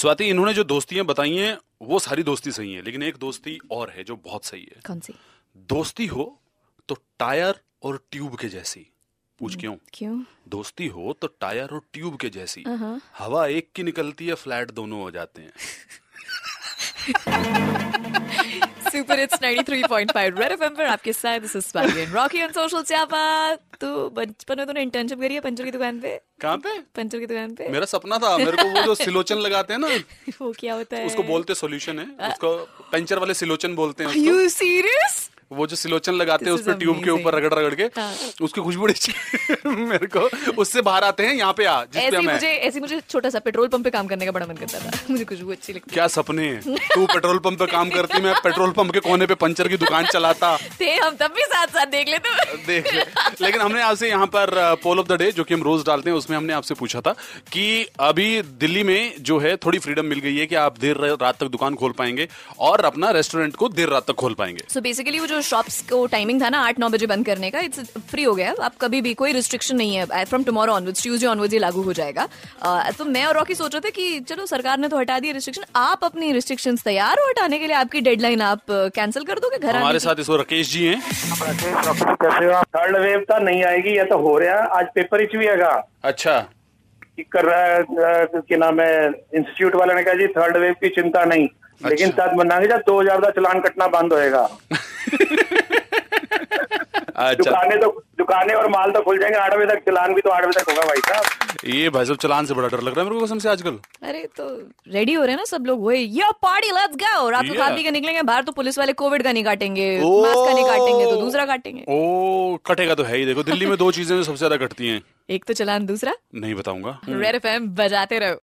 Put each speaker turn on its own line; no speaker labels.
स्वाति इन्होंने जो दोस्तियां बताई हैं वो सारी दोस्ती सही है लेकिन एक दोस्ती और है जो बहुत सही है
कौन सी
दोस्ती हो तो टायर और ट्यूब के जैसी पूछ क्यों
क्यों
दोस्ती हो तो टायर और ट्यूब के जैसी
अहाँ।
हवा एक की निकलती है फ्लैट दोनों हो जाते हैं
सुपर इट्स 93.5 रेड एफएम पर आपके साथ this is Swati and Rocky on social चापा तो बचपन में तूने इंटर्नशिप करी है पंचर की दुकान पे
कहाँ पे
पंचर की दुकान पे
मेरा सपना था मेरे को वो जो सिलोचन लगाते हैं ना
वो क्या होता है
उसको बोलते सॉल्यूशन है उसको पंचर वाले सिलोचन बोलते हैं
आर
उसको।
यू सीरियस
वो जो सिलोचन लगाते हैं
This
उस पर
is
ट्यूब के ऊपर
amazing. हाँ।
रगड़ रगड़ के उसकी खुशबू अच्छी- मेरे को उससे बाहर आते हैं यहाँ पे आ जिस पे
ऐसे ही
हम
मुझे
हैं
ऐसे ही मुझे छोटा सा पेट्रोल पंप पे काम करने का बड़ा मन करता था मुझे खुशबू अच्छी लगती
क्या सपने हैं? तू पेट्रोल पंप पे काम करती मैं पेट्रोल पंप के कोने पे पंचर की दुकान चलाता
थे हम तब भी साथ साथ देख लेते थे।
देख ले। लेकिन हमने आपसे यहाँ पर पोल ऑफ द डे जो कि हम रोज डालते हैं उसमें हमने आपसे पूछा था कि अभी दिल्ली में जो है थोड़ी फ्रीडम मिल गई है कि आप देर रात तक दुकान खोल पाएंगे और अपना रेस्टोरेंट को देर रात तक खोल पाएंगे
सो बेसिकली वो जो शॉप्स को टाइमिंग था ना आठ नौ बजे बंद करने का इट्स फ्री हो गया है। अब कभी भी कोई रिस्ट्रिक्शन नहीं है from tomorrow onwards Tuesday onwards ये लागू हो जाएगा अ, तो मैं और रॉकी सोच रहे थे कि चलो सरकार ने तो हटा दिया रिस्ट्रिक्शन आप अपनी रिस्ट्रिक्शन तैयार हो हटाने के लिए आपकी डेडलाइन आप कैंसिल कर दोगे घर आने
हमारे
की?
साथ इस वक्त राकेश जी हैं
कैसे हो आप थर्ड वेव ਤਾਂ ਨਹੀਂ ਆਏਗੀ ਇਹ ਤਾਂ ਹੋ ਰਿਹਾ ਅੱਜ ਪੇਪਰ ਵਿੱਚ ਵੀ ਹੈਗਾ
अच्छा
कि कर रहा है अ, कि नाम है इंस्टीट्यूट वाले ने कहा जी थर्ड वेव की चिंता नहीं लेकिन तद मनाएंगे जब दो हजार का चलान कटना बंद होएगा
अच्छा
दुकानें तो दुकानें और माल तो खुल जाएंगे आठ बजे तक चलान भी तो आठ बजे तक होगा भाई साहब
ये भाई साहब चलान से बड़ा डर लग रहा है मेरे को कसम से आजकल
अरे तो रेडी हो रहे हैं ना सब लोग वही ये पार्टी लेट्स गो रात को
Yeah.
खा पी के निकलेंगे बाहर तो पुलिस वाले कोविड का नहीं काटेंगे
Oh.
मास्क का नहीं काटेंगे तो दूसरा काटेंगे
ओ कटेगा तो है ही देखो दिल्ली में दो चीजें जो सबसे ज्यादा कटती हैं
एक तो चलान दूसरा
नहीं बताऊंगा
रेड एफएम बजाते रहो